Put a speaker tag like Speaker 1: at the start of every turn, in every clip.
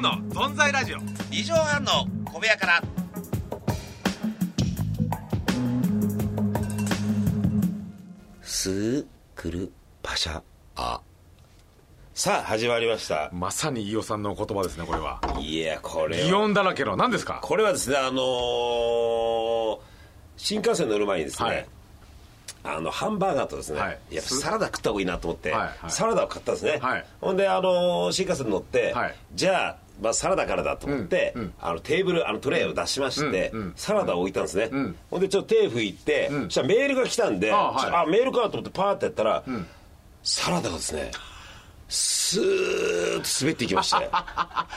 Speaker 1: の存在ラジオ
Speaker 2: 二畳半の小部屋からスークルパシャあさあ始まりました
Speaker 1: まさに飯尾さんの言葉ですねこれはい
Speaker 2: やこれ
Speaker 1: 擬
Speaker 2: は
Speaker 1: 音だらけの何ですか
Speaker 2: これはですねあのー新幹線乗る前にですね、
Speaker 1: はい
Speaker 2: あのハンバーガーとですね、
Speaker 1: はい
Speaker 2: やっぱサラダ食った方がいいなと思って、
Speaker 1: はいはい
Speaker 2: サラダを買ったんですね、
Speaker 1: はい
Speaker 2: ほんで、あのー新幹線乗って、
Speaker 1: はい
Speaker 2: じゃあ、まあ、サラダからだと思って、
Speaker 1: うんうん
Speaker 2: あのテーブルあのトレイを出しまして、
Speaker 1: うんうん
Speaker 2: サラダを置いたんですね、
Speaker 1: ん
Speaker 2: ほんでちょっと手拭いて、
Speaker 1: ん
Speaker 2: そしたらメールが来たんで
Speaker 1: あはい
Speaker 2: ちょっとあメールかと思ってパーってやったら、サラダがですねスーッと滑っていきま して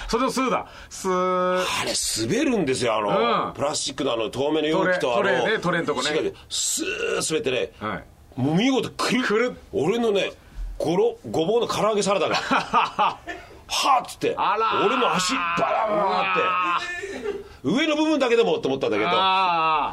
Speaker 1: それのスーだスー
Speaker 2: あれ滑るんですよあの、
Speaker 1: うん
Speaker 2: プラスチックのあの透明の容器と
Speaker 1: ト
Speaker 2: あの
Speaker 1: レトレねトレんとこね
Speaker 2: しっかりスーッ滑ってね、
Speaker 1: はい
Speaker 2: もう見事くる
Speaker 1: くるっ
Speaker 2: 俺のねごろごぼうの唐揚げサラ ダがはあっつって
Speaker 1: あらー
Speaker 2: 俺の足バラバラって上の部分だけでもと思ったんだけど
Speaker 1: あ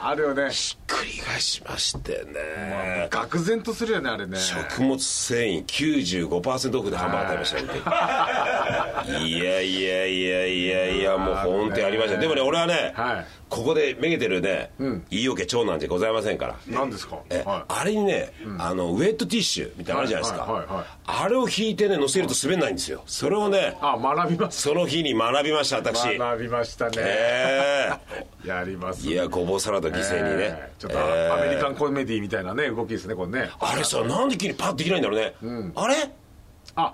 Speaker 1: ああるよね
Speaker 2: ひっくり返しましてね
Speaker 1: 愕然とするよねあれね
Speaker 2: 食物繊維95%オフでハンバーガー食べましたよいやいやいやいやいやもう本当やりましたでもね俺はね、
Speaker 1: はい
Speaker 2: ここでめげてるね、いいおけ長男じゃございませんから
Speaker 1: 何ですか
Speaker 2: え
Speaker 1: は
Speaker 2: あれにね、あのウェットティッシュみたいなのあるじゃないですか、
Speaker 1: はいはいはいはい
Speaker 2: あれを引いてね乗せると滑んないんですよそれをね
Speaker 1: いあ学びます
Speaker 2: その日に学びました私
Speaker 1: 学びましたね
Speaker 2: え
Speaker 1: やります
Speaker 2: えいやごぼうサラダ犠牲にね、
Speaker 1: えーちょっとアメリカンコメディみたいなね動きですねこれね
Speaker 2: あれさなんで急にパッとできないんだろうね、あれ
Speaker 1: あ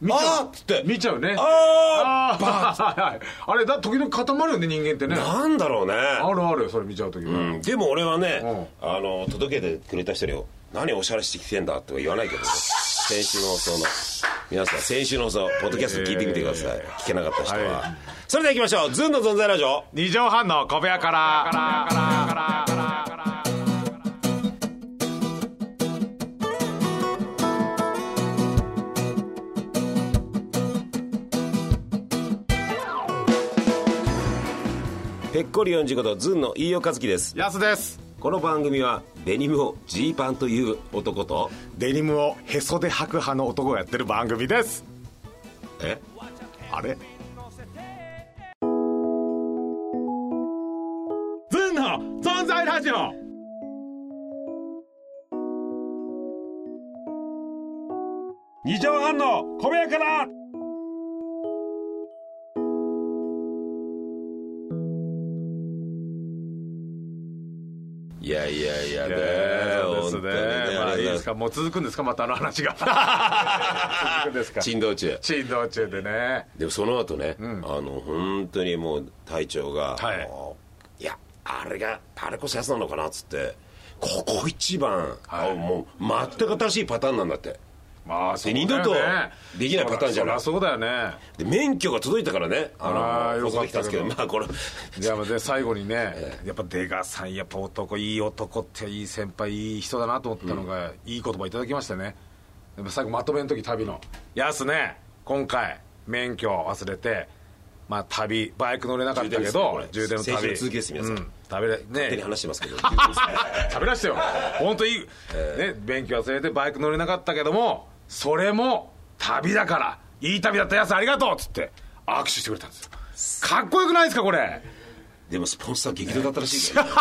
Speaker 1: 見ち
Speaker 2: あ
Speaker 1: ゃ
Speaker 2: ー
Speaker 1: う
Speaker 2: っつって
Speaker 1: 見ちゃうね
Speaker 2: あー
Speaker 1: あーあれだ時々固まるよね人間ってね
Speaker 2: なんだろうね
Speaker 1: あるあるそれ見ちゃう時は、
Speaker 2: うんでも俺はね、あの届けてくれた人に「何おしゃれしてきてんだ」とか言わないけどね先週の放送の皆さん先週の放送ポッドキャスト聞いてみてください、聞けなかった人は、
Speaker 1: は
Speaker 2: それではいきましょう「ズンの存在ラジオ
Speaker 1: 二畳半の小部屋から
Speaker 2: ぺっこり45度ズンの飯尾和樹です
Speaker 1: やすです
Speaker 2: この番組はデニムをジーパンという男と
Speaker 1: デニムをへそで履く派の男がやってる番組です
Speaker 2: え
Speaker 1: あれ
Speaker 3: ズンの存在ラジオ
Speaker 2: 二畳半の小部屋からいやいやいや
Speaker 1: そう
Speaker 2: ね
Speaker 1: です
Speaker 2: 本当に
Speaker 1: ね
Speaker 2: ね
Speaker 1: まあ
Speaker 2: あ
Speaker 1: いい
Speaker 2: り
Speaker 1: で
Speaker 2: がとう
Speaker 1: す
Speaker 2: ござい
Speaker 1: かもう続くんですかまたあの話 が続くんです
Speaker 2: ま
Speaker 1: か
Speaker 2: す珍道中
Speaker 1: 珍道中でね
Speaker 2: でもその後ね、あの本当にもう隊長が、
Speaker 1: はい
Speaker 2: あのいやあれがあれこそやつなのかなっつってここ一番、
Speaker 1: はい
Speaker 2: あもう全く新しいパターンなんだって
Speaker 1: まあそうだよね
Speaker 2: 二度とできないパターンじゃない
Speaker 1: そりゃそうだよね
Speaker 2: で免許が届いたからね
Speaker 1: あ
Speaker 2: あ
Speaker 1: ー
Speaker 2: の
Speaker 1: よか
Speaker 2: 送
Speaker 1: っ
Speaker 2: ってき
Speaker 1: た
Speaker 2: たんで
Speaker 1: け
Speaker 2: すけ
Speaker 1: ど
Speaker 2: どまあこれ
Speaker 1: いやまあで最後に ね、やっぱ出川さんやっぱ男いい男っていい先輩いい人だなと思ったのが、いい言葉いただきましたねやっぱ最後まとめの時旅の「やすね今回免許忘れてまあ旅バイク乗れなかったけど
Speaker 2: 充
Speaker 1: 充電
Speaker 2: 電で
Speaker 1: の
Speaker 2: す
Speaker 1: 旅
Speaker 2: ねこれ青春の続きです皆さん
Speaker 1: うん、食べれ
Speaker 2: 手に
Speaker 1: ね
Speaker 2: 話し てますけど
Speaker 1: 食べらしてよ本当いい、ね勉強忘れてバイク乗れなかったけどもそれも旅だからいい旅だったやすありがとうっつって握手してくれたんですよかっこよくないですかこれ
Speaker 2: でもスポンサー激怒だったらしいから、ね、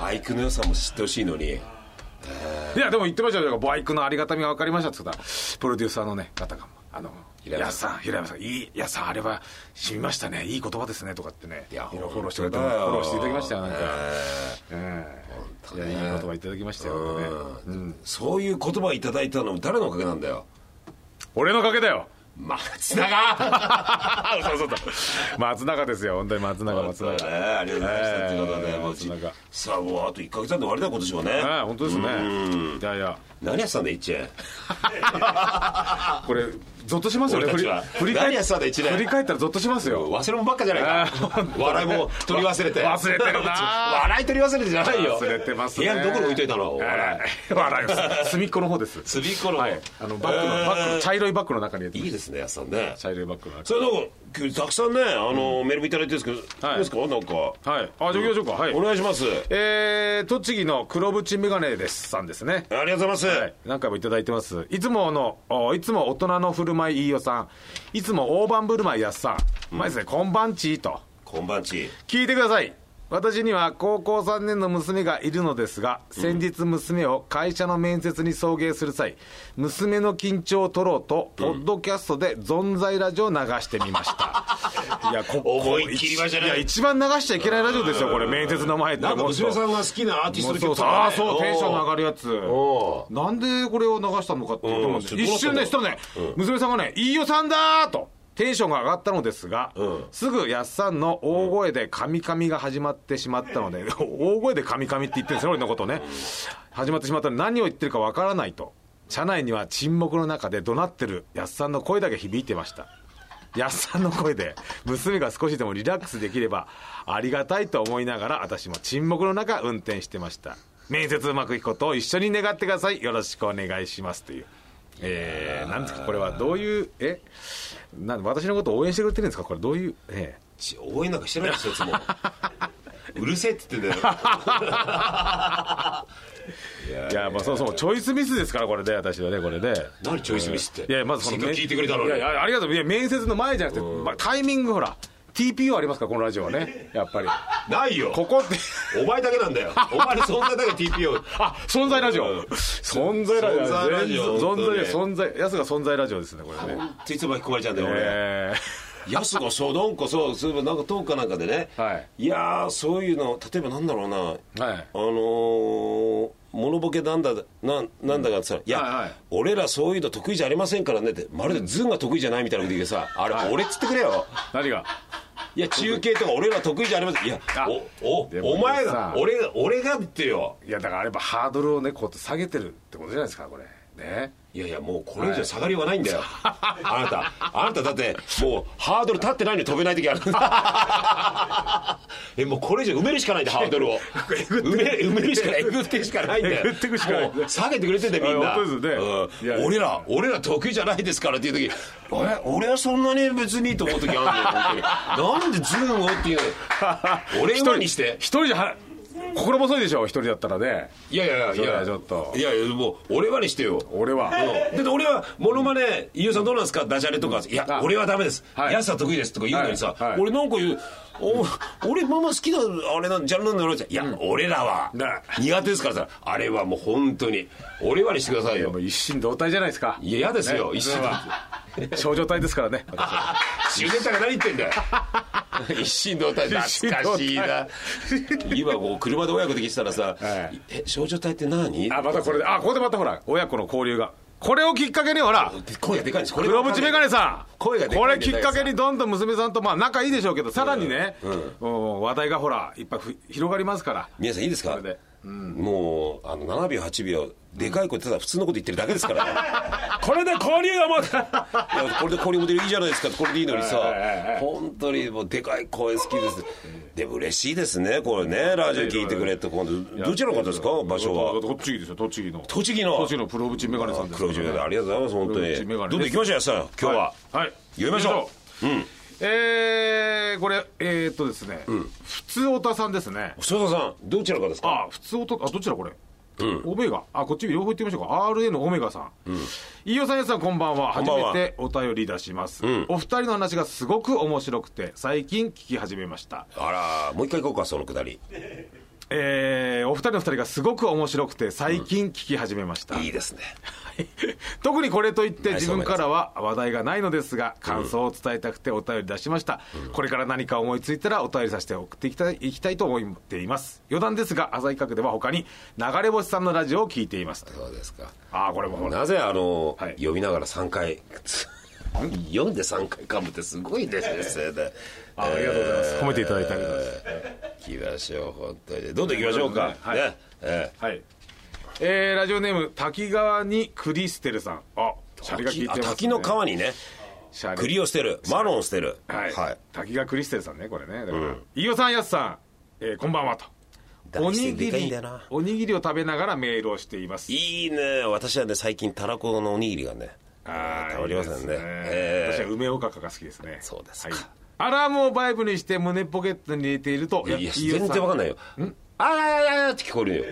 Speaker 2: バイクの良さも知ってほしいのに
Speaker 1: いやでも言ってましたよバイクのありがたみが分かりましたって言ったらプロデューサーのね方が「あの
Speaker 2: 平
Speaker 1: 平
Speaker 2: 山
Speaker 1: 山
Speaker 2: さ
Speaker 1: さん平山さんいいいやさんあれはしみましたねいい言葉ですね」とかってね
Speaker 2: いや
Speaker 1: フォローしてくれてフ
Speaker 2: 本当だよ
Speaker 1: ォローしていただきましたよなんか、え
Speaker 2: 当
Speaker 1: えい
Speaker 2: ね
Speaker 1: やいい言葉いただきましたよ、ね
Speaker 2: うんそういう言葉をいただいたのも誰のおかげなんだよ
Speaker 1: 俺のおかげだ よ
Speaker 2: 松永そうそうだ
Speaker 1: 松永ですよ本当に松永松永、
Speaker 2: ね、ありがとうございました、
Speaker 1: ええ
Speaker 2: ということでもう
Speaker 1: 松永
Speaker 2: さあもうあと1か月なんで終わりだ今年もね、
Speaker 1: はい本当ですね
Speaker 2: うん
Speaker 1: いやいや
Speaker 2: 何やってたんだ1円
Speaker 1: これゾッとしますよね
Speaker 2: 俺たちは
Speaker 1: 振り
Speaker 2: 何
Speaker 1: 返
Speaker 2: や
Speaker 1: っ
Speaker 2: ってたんだ一年
Speaker 1: 振り返ったらゾッとしますよ
Speaker 2: 忘れ物ばっかじゃない
Speaker 1: あー
Speaker 2: か
Speaker 1: 本当ね
Speaker 2: 笑いも取り忘れて
Speaker 1: わ忘れてるな
Speaker 2: 笑い取り忘れてじゃないよ
Speaker 1: 忘れてますね
Speaker 2: 部屋にどこに置いといたの笑い
Speaker 1: 笑い笑い隅っこの方です
Speaker 2: 隅っこの、
Speaker 1: はいあのバッグのバッグの茶色いバッグの中に入れてます
Speaker 2: いいですねやっさんね
Speaker 1: 茶色いバッグの中
Speaker 2: それなんかたくさんねあの、メールもいただいてるんですけど、
Speaker 1: はい
Speaker 2: いいですかなんか、
Speaker 1: はいあじゃあ行きましょうかはい
Speaker 2: お願いします
Speaker 1: えー、栃木の黒縁メガネですさんですね
Speaker 2: ありがとうございます、
Speaker 1: はい何回もいただいてますいつものおいつも大人の振るまい飯尾さんいつも大盤振る舞いやっさん前ですねこんばんちと
Speaker 2: こんばんち
Speaker 1: 聞いてください私には高校3年の娘がいるのですが先日娘を会社の面接に送迎する際娘の緊張を取ろうとポッドキャストで「存在ラジオ」を流してみま した、いやここ
Speaker 2: 思いっきりはじゃない
Speaker 1: や一番流しちゃいけないラジオですよこれ面接の前って
Speaker 4: なんか
Speaker 1: もっと
Speaker 4: 娘さんが好きなアーティスト
Speaker 1: そう
Speaker 4: の
Speaker 1: そう
Speaker 4: 曲と
Speaker 1: そう
Speaker 4: か、
Speaker 1: あ
Speaker 4: ね、
Speaker 1: あそうテンションの上
Speaker 4: が
Speaker 1: がるやつ
Speaker 4: お
Speaker 1: なんでこれを流したのかって思うんです
Speaker 2: うん
Speaker 1: 一瞬ねしたらね、娘さんがね「飯尾さんだ!」とテンションが上がったのですが、すぐやっさんの大声で「カミカミ」が始まってしまったので、 大声で「カミカミ」って言ってるんですよ俺のことね始まってしまったので何を言ってるかわからないと車内には沈黙の中で怒鳴ってるやっさんの声だけ響いてましたやっさんの声で娘が少しでもリラックスできればありがたいと思いながら私も沈黙の中運転してました面接うまくいくことを一緒に願ってくださいよろしくお願いしますというえー、なんですかこれはどういうえなん私のことを応援してくれてるんですかこれどういうええ
Speaker 2: ち応援なんかしてないですよいつもうるせえって言ってんだよ
Speaker 1: いやまあそもそもチョイスミスですからこれで私はねこれで
Speaker 2: 何チョイスミスって
Speaker 1: いやまずその
Speaker 2: せっかく聞いてくれたの
Speaker 1: い
Speaker 2: に
Speaker 1: やいやありがとういや面接の前じゃなくて、まあ、タイミングほら TPO ありますからこのラジオはねやっぱり
Speaker 2: ないよ
Speaker 1: ここって
Speaker 2: お前だけなんだよお前の存在だけ TPO
Speaker 1: あ存在ラジオ存在ラジオ
Speaker 2: 存在ラ
Speaker 1: 存在ラジ
Speaker 2: ジオ
Speaker 1: オ
Speaker 2: 本
Speaker 1: 存在やすが存在ラジオですねこれね
Speaker 2: ついつも引き込まれちゃうんだよ俺、
Speaker 1: え
Speaker 2: やすがそうなんかそうそういえばなんかトークかなんかでね、
Speaker 1: はい、
Speaker 2: やーそういうの例えばなんだろうな、
Speaker 1: はい
Speaker 2: あのーモノボケなんだなんなんだかってさ、いや、
Speaker 1: はいはい
Speaker 2: 俺らそういうの得意じゃありませんからねってまるでズンが得意じゃないみたいなこと言ってさあれ、俺っつってくれよ
Speaker 1: ー何が
Speaker 2: いや中継とか俺ら得意じゃありませんいや
Speaker 1: あ
Speaker 2: お
Speaker 1: で
Speaker 2: お
Speaker 1: も
Speaker 2: お前
Speaker 1: さ
Speaker 2: が俺が俺がってよ
Speaker 1: いやだからあればハードルをねこうやって下げてるってことじゃないですかこれね
Speaker 2: いやいやもうこれ以上下がりはないんだよ、あなたあなただってもうハードル立ってないのに飛べない時ある えもうこれ以上埋めるしかないんだハードルを埋め埋めるしかないえぐっていくしかないんだよ
Speaker 1: えぐっていくしかない
Speaker 2: もう下げてくれてんだよみん
Speaker 1: あ
Speaker 2: な、
Speaker 1: 本当ですよね
Speaker 2: うん
Speaker 1: いやいや
Speaker 2: 俺ら俺ら得意じゃないですからっていう時え俺はそんなに別にと思う時あるんだよ本当になんでズーンをっていう 俺馬にして
Speaker 1: 一人じゃは心細いでしょ一人だったらね
Speaker 2: いやいやい
Speaker 1: それ
Speaker 2: や
Speaker 1: はちょっと
Speaker 2: いやいやもう俺馬にしてよ
Speaker 1: 俺は
Speaker 2: だって俺はモノマネ飯尾さんどうなんですかダジャレとか「いや
Speaker 1: あ
Speaker 2: 俺はダメです」
Speaker 1: はい
Speaker 2: 安さん得意です」とか言うのにさ、
Speaker 1: はいはい
Speaker 2: 俺なんか言う「お俺ママ好きなあれなんジャンルなんだよ」いや、俺らは
Speaker 1: ね
Speaker 2: 苦手ですからさあれはもう本当に俺はにしてください
Speaker 1: も
Speaker 2: よ
Speaker 1: う一心同体じゃないですか
Speaker 2: いや嫌ですよ、
Speaker 1: ね
Speaker 2: 一心
Speaker 1: それ少女体ですからね私は
Speaker 2: 主ネタが何言ってんだよ 一心同体懐かしいな今こう車で親子で聞いてたらさ「
Speaker 1: はい
Speaker 2: え少女隊って何?」
Speaker 1: あまたこれであここでまたほら親子の交流がこれをきっかけにほら
Speaker 2: 声がでかいんですこれ
Speaker 1: 黒縁メガネさん
Speaker 2: 声がでかい
Speaker 1: これきっかけにどんどん娘さんとまあ仲いいでしょうけどさらにね、もう話題がほらいっぱいふ広がりますから
Speaker 2: 皆さんいいですか
Speaker 1: それで
Speaker 2: もうあの7秒8秒でかい声ただ普通のこと言ってるだけですからね これで交流がもう いやこれで交流も出るいいじゃないですかこれでいいのにさ本当にもうでかい声好きですでも嬉しいですねこれねラジオ聞いてくれって今度どちらの方ですか場所は
Speaker 1: 栃木ですよ栃木の
Speaker 2: 栃木の
Speaker 1: 栃木の黒縁メガネさんです
Speaker 2: 黒字でありがとうございます本当に
Speaker 1: 黒字メガネです
Speaker 2: どんどん行きましょうよさあ今日は、
Speaker 1: い、はい、
Speaker 2: 読みましょううん
Speaker 1: えー、これえー、っとですね、普通おたさんですね
Speaker 2: 細田さんどちらの方ですか
Speaker 1: あ普通音あどっちだこれ、オメガあこっち両方言ってみましょうか RA のオメガさん、飯尾さんやさんこんばんは
Speaker 2: ん
Speaker 1: 初
Speaker 2: ばんは
Speaker 1: めてお便り出します、お二人の話がすごく面白くて最近聞き始めました
Speaker 2: あらもう一回行こうかそのくだり
Speaker 1: えー、お二人の二人がすごく面白くて最近聞き始めました、
Speaker 2: いいですね
Speaker 1: 特にこれといって
Speaker 2: ナイス
Speaker 1: 自分からは話題がないのですが感想を伝えたくてお便り出しました、これから何か思いついたらお便りさせて送っていきたいいきたいと思っています余談ですが朝日閣では他に流れ星さんのラジオを聞いています
Speaker 2: そうですか
Speaker 1: ああこれもほら
Speaker 2: なぜあの、
Speaker 1: はい
Speaker 2: 読みながら3回読んで3回噛むってすごいですねそれで
Speaker 1: あありがとうございます褒めていただいてありがとうござい
Speaker 2: 行きましょう本当にどんどん行きましょうか
Speaker 1: はい
Speaker 2: ねえ
Speaker 1: ますはいえー、ラジオネーム滝川にクリステルさんあシャリが効いて
Speaker 2: え
Speaker 1: ます、ね、
Speaker 2: 滝の川にね
Speaker 1: シャリ
Speaker 2: 栗を捨てるマロンを捨てる
Speaker 1: はい、滝川クリステルさんねこれねだから、飯尾さんやすさん、えーこんばんはとお
Speaker 2: 大
Speaker 1: に
Speaker 2: して
Speaker 1: ぎ
Speaker 2: でかいん
Speaker 1: り
Speaker 2: だよな
Speaker 1: おにぎりを食べながらメールをしています
Speaker 2: いいね私はね最近たらこのおにぎりがね
Speaker 1: あー
Speaker 2: たまりませんね
Speaker 1: いいです
Speaker 2: え
Speaker 1: 私
Speaker 2: え
Speaker 1: は梅おかかが好きですね
Speaker 2: そうですか
Speaker 1: はいアラームをバイブにして胸ポケットに入れていると
Speaker 2: いや全然わかんないよあーあーあーあーって聞こえるよ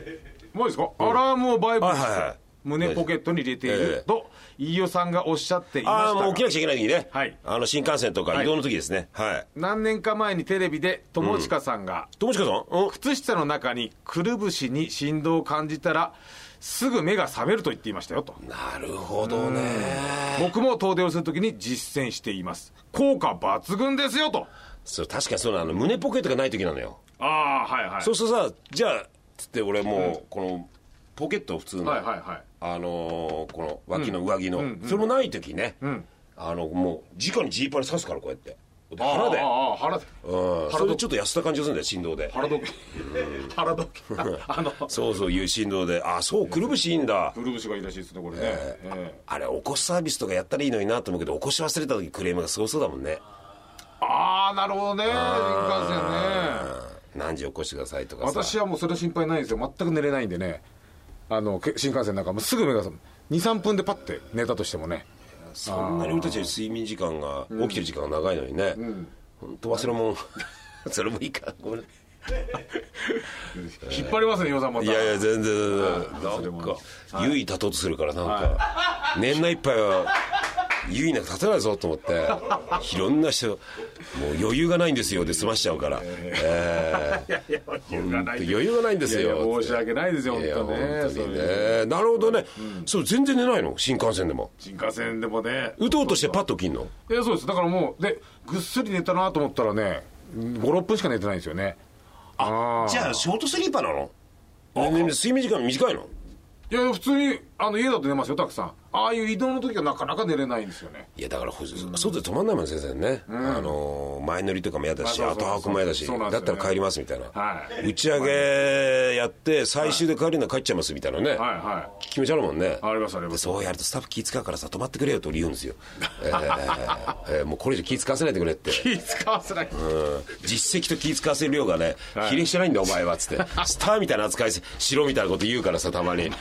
Speaker 1: もういいですか、アラームをバイブにして、
Speaker 2: はいはいはい
Speaker 1: 胸ポケットに入れてい
Speaker 2: ええ
Speaker 1: ると飯尾さんがおっしゃっていま
Speaker 2: ああ
Speaker 1: し
Speaker 2: も
Speaker 1: た
Speaker 2: う起きな
Speaker 1: が
Speaker 2: くちゃいけない時にね、
Speaker 1: はい
Speaker 2: あの新幹線とか移動の時ですねはい、
Speaker 1: 何年か前にテレビで友近さんが
Speaker 2: 友近さん、うん、
Speaker 1: 靴下の中にくるぶしに振動を感じたらすぐ目が覚めると言っていましたよと
Speaker 2: なるほどね
Speaker 1: 僕も遠出をするときに実践しています効果抜群ですよと
Speaker 2: そう確かにそうなの胸ポケットがない時なのよ
Speaker 1: ああはいはい
Speaker 2: そうするとさじゃあつって俺もうこのポケット普通の、
Speaker 1: はいはいはい
Speaker 2: あのーこの脇の上着の、それもない時ね、あのもう直にジーパンに刺すからこうやってで腹で
Speaker 1: ああああ腹で
Speaker 2: うんそれでちょっと痩せた感じがするんだよ振動で
Speaker 1: 腹時計 腹時計 あの
Speaker 2: そうそういう振動であそうくるぶしいいんだ
Speaker 1: くるぶしがいいらしいですねこれね、ええ
Speaker 2: あれ起こすサービスとかやったらいいのになと思うけど起こし忘れた時クレームがすごそうだもんね
Speaker 1: ああなるほどね新幹線ね
Speaker 2: うん何時起こしてくださいとかさ
Speaker 1: 私はもうそれ心配ないんですよ全く寝れないんでねあのけ新幹線なんかもうすぐ目が覚め23分でパッて寝たとしてもね
Speaker 2: そんなに俺たちより睡眠時間が起きてる時間が長いのにね本当忘れもん それもいいかごめん
Speaker 1: 引っ張りますね伊さんまた
Speaker 2: いやいや全然な
Speaker 1: それ
Speaker 2: ん
Speaker 1: も
Speaker 2: か優位立とうとするからなんか年内いっぱいは優位なんか立てないぞと思っていろんな人もう余裕がないんですよで済ましちゃうからええ
Speaker 1: 余裕がない
Speaker 2: 余裕がないんです
Speaker 1: いやい
Speaker 2: よ
Speaker 1: や申し訳ないですよ
Speaker 2: いや
Speaker 1: 本当ね
Speaker 2: 本当
Speaker 1: そう
Speaker 2: に
Speaker 1: いう
Speaker 2: ねなるほどねそう全然寝ないの新幹線でも
Speaker 1: 新幹線でもね
Speaker 2: 打とうとしてパッと起きんの
Speaker 1: いやそうですだからもうでぐっすり寝たなと思ったらね56分しか寝てないんですよねあ
Speaker 2: じゃあショートスリーパーなのねね睡眠時間短いの
Speaker 1: いや普通にあの家だと寝ますよたくさんああいう移動の時はなかなか寝れないんですよね
Speaker 2: いやだからほ外で止まんないもん先生ね、あの前乗りとかも嫌だし
Speaker 1: まあそう
Speaker 2: 後
Speaker 1: そう
Speaker 2: 泊も嫌だし
Speaker 1: そうなんです
Speaker 2: だ
Speaker 1: よ
Speaker 2: っ
Speaker 1: ね
Speaker 2: たら帰りますみたいな、
Speaker 1: はい
Speaker 2: 打ち上げやって最終で帰るのは帰っちゃいますみたいなね、
Speaker 1: はいはい
Speaker 2: 決めちゃうもんね
Speaker 1: ありますあります
Speaker 2: でそうやるとスタッフ気使うからさ止まってくれよと俺言うんですよ、えーえーもうこれ以上気使わせないでくれって
Speaker 1: 気使わせない
Speaker 2: 実績と気使わせる量がね、比例してないんだお前はっつって スターみたいな扱いししろみたいなこと言うからさたまに、うん
Speaker 1: い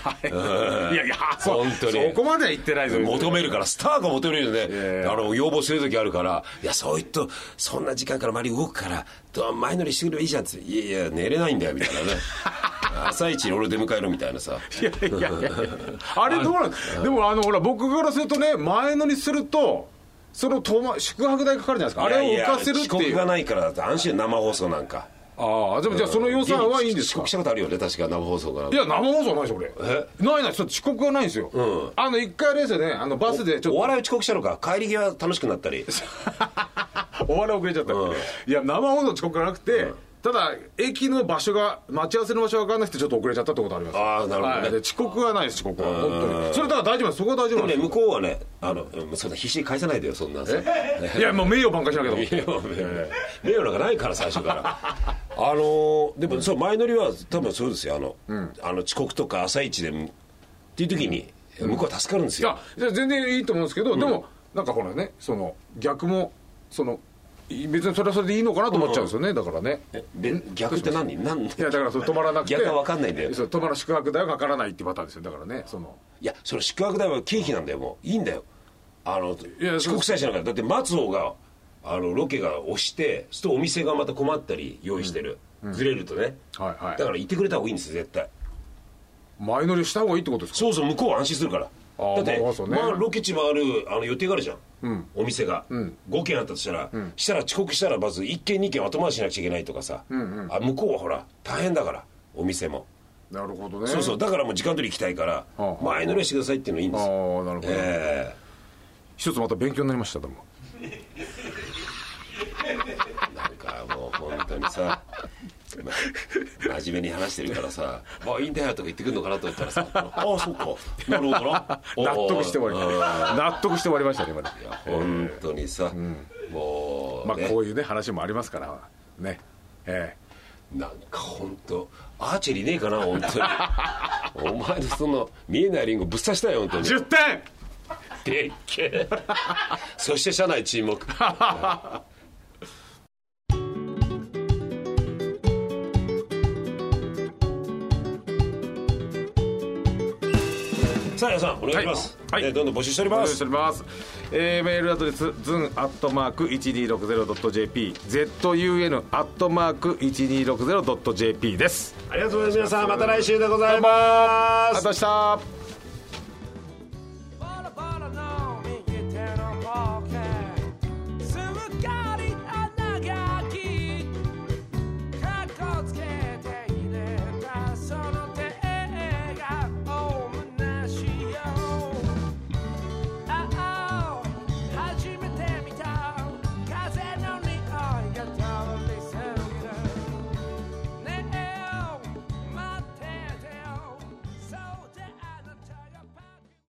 Speaker 1: やいやそう
Speaker 2: 本当に
Speaker 1: そこまでは言ってないですよ
Speaker 2: 求めるからスターが求めるよ
Speaker 1: え
Speaker 2: ね
Speaker 1: え
Speaker 2: あの要望する時あるからいやそう言うとそんな時間から周り動くからどう前乗りしてくればいいじゃんっつっていやいや寝れないんだよみ たいなね朝一に俺出迎えるみたいなさ
Speaker 1: いやいやいやいやあれどうなんですでもあのほら僕からするとね前乗りするとその泊ま宿泊代かかるじゃないですかあれを浮かせるっ
Speaker 2: いやいや
Speaker 1: て
Speaker 2: 遅
Speaker 1: い
Speaker 2: 刻
Speaker 1: う
Speaker 2: がないからだって安心生放送なんか
Speaker 1: ああでもじゃあその予算はいいんです
Speaker 2: 遅
Speaker 1: か
Speaker 2: 刻したことあるよね確か生放送から
Speaker 1: いや生放送ないですよ俺ないないちょっと遅刻がないんですよ、あの一回あれですよねあのバスでちょっ
Speaker 2: お
Speaker 1: と
Speaker 2: 笑い遅刻したのか帰り際楽しくなったり
Speaker 1: 終わり遅れちゃった、いや生放送遅刻がなくて、ただ駅の場所が待ち合わせの場所が分かんなくてちょっと遅れちゃったってことあります
Speaker 2: ああなるほどね
Speaker 1: はいで遅刻はないです遅刻は本当にそれだから大丈夫ですそこは大丈
Speaker 2: で
Speaker 1: 夫な
Speaker 2: も
Speaker 1: んで
Speaker 2: ね
Speaker 1: すよ
Speaker 2: 向こうはねあのうんそんな必死に返さないでよそんなさ
Speaker 1: いやもう名誉挽回しなきゃと思って
Speaker 2: 名誉名誉なんかないから最初から あのーでもそう前乗りは多分そうですよあの,、あの遅刻とか朝一でっていう時に向こうは助かるんです
Speaker 1: い
Speaker 2: よ
Speaker 1: や、じゃあ全然いいと思うんですけど、でも、なんかほらね、その逆も、そのい別にそれはそれでいいのかなと思っちゃうんですよね、だからね。
Speaker 2: で逆って何なん
Speaker 1: いや、だからそれ止まらなくて、
Speaker 2: 逆は分かんないんだよ
Speaker 1: そう止まら宿泊代はかからないっていうパターンですよ、だからね、その。
Speaker 2: いやそれ宿泊代は経費なんだよもういいんだよあの
Speaker 1: や
Speaker 2: 遅刻さえしなかっただって松尾があのロケが押してそうするとお店がまた困ったり用意してる、ずれるとね、
Speaker 1: はいはい
Speaker 2: だから行ってくれた方がいいんですよ絶対
Speaker 1: 前乗りした方がいいってことですか
Speaker 2: そうそう向こうは安心するから
Speaker 1: あー
Speaker 2: だって、
Speaker 1: ま
Speaker 2: ま
Speaker 1: あそうね
Speaker 2: あ、ロケ地回るあの予定があるじゃん、お店が、5軒あったとしたら、したら遅刻したらまず1軒2軒後回ししなくちゃいけないとかさ、あ向こうはほら大変だからお店も、
Speaker 1: なるほどね。
Speaker 2: そうそうだからもう時間通り行きたいから、
Speaker 1: あはあ
Speaker 2: 前乗りはしてくださいっていうのいいん
Speaker 1: あ
Speaker 2: で
Speaker 1: あ
Speaker 2: すよ、
Speaker 1: なるほど、
Speaker 2: ええ
Speaker 1: 一つまた勉強になりましたでも
Speaker 2: なんかもう本当にさま真面目に話してるからさ「まあいいんだよ」とか言ってくるのかなと思った らさ「ああそうかなるほどな」
Speaker 1: 納得して終わり
Speaker 2: うんい
Speaker 1: 納得して終わりましたね今ね
Speaker 2: や本当にさ、もう、
Speaker 1: まあ
Speaker 2: ね
Speaker 1: こういうね話もありますからねえ
Speaker 2: なんか本当アーチェリーねえかな本当 にお前のその見えないリンゴぶっ刺したよ本当に
Speaker 1: え10点
Speaker 2: でっけえそして社内沈黙 さあ皆さんお願いします、
Speaker 1: はいはい
Speaker 2: ねどんどん募集しており
Speaker 1: お
Speaker 2: ま
Speaker 1: 願いし
Speaker 2: す
Speaker 1: ております、えーメールアドレス zun.1260.jp zun.1260.jp です
Speaker 2: ありがとうございます皆さんまた来週でございます
Speaker 1: ありがとうございました